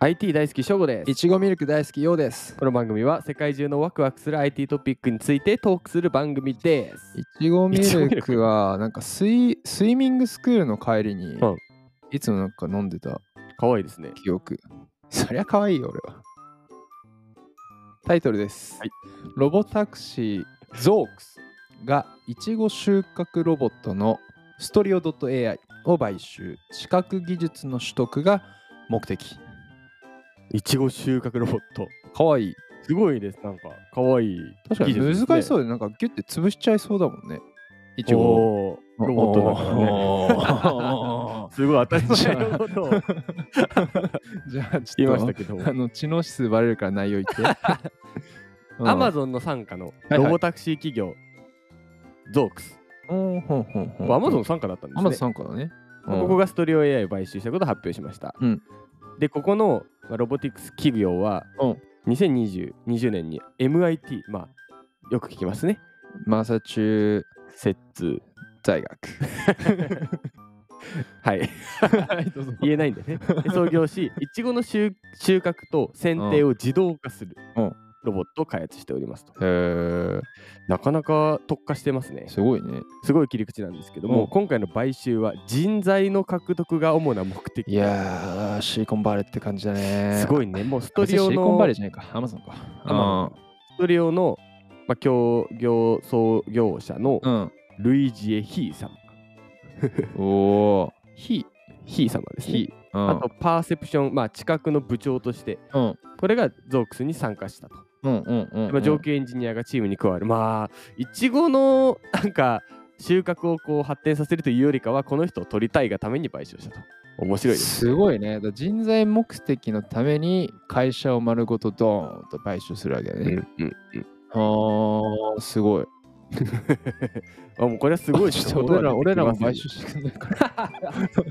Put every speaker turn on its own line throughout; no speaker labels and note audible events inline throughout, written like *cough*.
IT 大好き翔吾です
いちごミルク大好きようです
この番組は世界中のワクワクする IT トピックについてトークする番組です
いちごミルクはなんかスイスイミングスクールの帰りに
うん
いつもなんか飲んでた
可愛いですね
記憶そりゃ可愛いよ俺はタイトルです、
はい
ロボタクシー
ゾークス
がいちご収穫ロボットのストリオ .ai を買収視覚技術の取得が目的
いちご収穫ロボット
可愛い
すごいですなんか可愛い
確かに難しそうでなんかギュッて潰しちゃいそうだもんねいちご
ロボットだからね
お
すごい当たり前の *laughs* ことを
じゃあち
言い
ょ
まし
っと
たけど
あの知能指数バレるから内容言 *laughs* って。うん
アマゾンの傘下のロボタクシー企業、ゾークス。
うんほんほんほん
アマゾン傘下だったんですね。
アマゾン参加だね。うん
ここがストリオ AI を買収したことを発表しました。
うん
で、ここのまあロボティクス企業は、
うん
2020 20年に MIT、まあ、よく聞きますね。
マサチュー
摂津。
大学。
はい。 *laughs*
はい、どうぞ。
言えないんで
*laughs*
ね。で創業し、いちごの収収穫と剪定を自動化する
うん
ロボットを開発しておりますと。
へー
なかなか特化してますね。
すごいね。
すごい切り口なんですけども、
うん
今回の買収は人材の獲得が主な目的
いやー、シリコンバレーって感じだね。
す
い。
ごいねもうスト
シ
リオ
リコンバレー
の
じゃないか。アマゾンか。
アマゾストリオの、まあ、協業創業者の
うん。
ルイジエ・ヒー様
うん。おお。ひ。
ヒー様ですね
ひ。うん
あとパーセプションまあ知覚の部長として
うん。
これがゾークスに参加したと、
うんうんうんうん。
まあ、上級エンジニアがチームに加わるまあいちごのなんか収穫をこう発展させるというよりかはこの人を取りたいがために買収したと面白いです
すごいね。だから人材目的のために会社を丸ごとドーンと買収するわけだね。
うんうん
あー、すごい。
あもうこれはすごい
ち *laughs* ょっと俺ら、俺らも買
収
収してくんないから。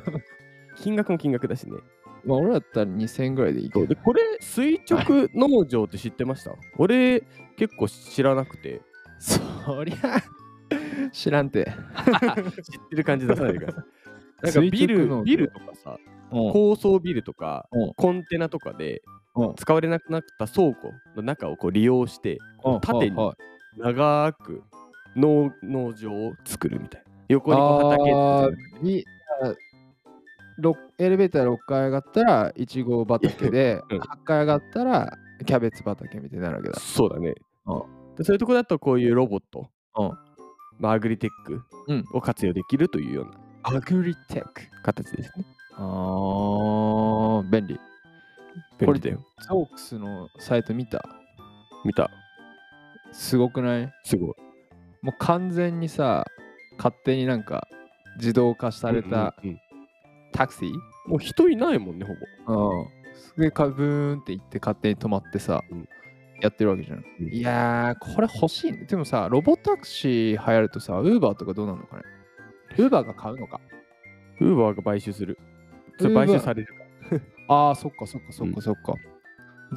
金額も金額だしね
*laughs* まあ、俺らだったら2000円ぐらいでいいけど。
でこれ垂直農場って知ってました俺結構知らなくて
そりゃ、 *laughs* 知らんて。
*laughs* 知ってる感じ出さないでく
*laughs*
ださいなんか
垂直
ビ
農
ル
場
ビルとかさ
こ
高層ビルとか
うん
コンテナとかで
うん
使われなくなった倉庫の中をこう利用してこう縦に
あ
長く農農場を作るみたいな横にこう畑
あ
って
ービあろエレベーター6階上がったら、いちご畑で、
うん
8階上がったら、キャベツ畑みたいになるわけだ。
そうだね
うん
でそういうとこだとこういうロボット
うん
まあアグリテック
うん
を活用できるというような
アグリテック。
形ですね
あー、便利。
これだよ
ゾークスのサイト見た
見た
すごくない
すごい。
もう完全にさ、勝手になんか自動化された
うんうん
タクシー
もう人いないもんね、ほぼ。
うん。すげえカブーンって行って勝手に止まってさ、
うん
やってるわけじゃん。
うん
いやー、これ欲しいね。でもさ、ロボタクシー流行るとさ、ウーバーとかどうなのかねウーバーが買うのか。
ウーバーが買収する。それ
Uber
買収されるか。
あー、そっかそっかそっかそっか。だか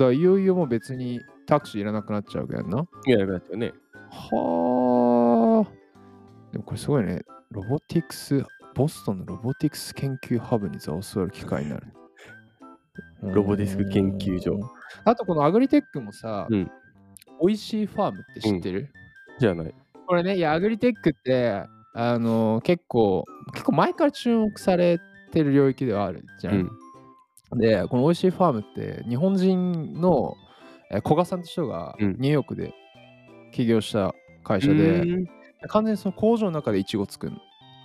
らいよいよもう別にタクシーいらなくなっちゃうわけやんな。はい
や、なくなっちゃうね。
ー。でもこれすごいね。ロボティクス、ボストンのロボティクス研究ハブに座を座る機会になる。
*laughs* ロボディスク研究所
うん。あとこのアグリテックもさ、
うん
美味しいファームって知ってる、
じゃない。
これね、いや、アグリテックって、あのー結構、結構前から注目されてる領域ではあるじゃ。
うんん。
で、この美味しいファームって、日本人のえー古賀さんって人が
うん
ニューヨークで起業した会社で、
うん
完全にその工場の中でイチゴ作るの。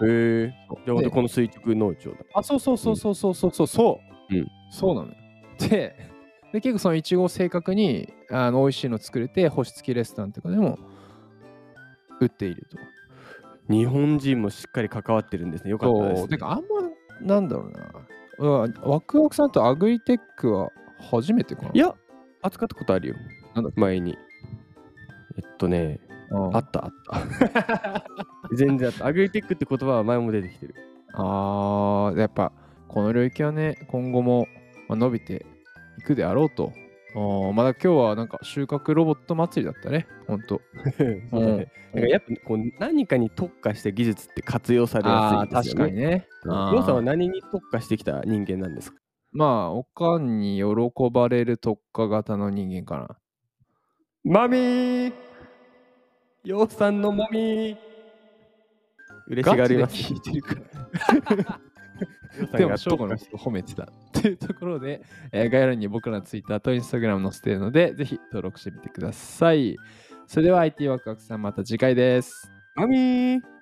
へえ。じゃあ、ほん
で
とこの垂直農場だ。
あ、そうそうそうそうそうそうそうそう、
うん
そうなのよ。で、で結構そのイチゴを正確にあの美味しいの作れて、星付きレストランとかでも売っていると。
日本人もしっかり関わってるんですね。よかったです、
そう。てか、あんま、なんだろうな。うんワクワクさんとアグリテックは初めてかない
や、扱ったことあるよ。
なんだっ
前に。えっとね、
うん
あったあった。全然あった。アグリテックって言葉は前も出て
*laughs*
きてる。
あーやっぱ、この領域はね、今後もまあ伸びていくであろうと。あまだ今日はなんか収穫ロボット祭りだったね、ほんと。
そうだね。 *laughs* なんかやっぱこう何かに特化した技術って活用されやすいですよね。
ね
ローさんは何に特化してきた人間なんですか
まあ、おかんに喜ばれる特化型の人間か
マミーようさんのマミー
な。
嬉しがります。
す。聞いてるから。
ようさん
で
が
も、翔吾のこと褒めてた。というところで、えー概要欄に僕らの Twitter と Instagram 載せているので、ぜひ登録してみてください。それでは IT ワクワクさん、また次回です。
マミー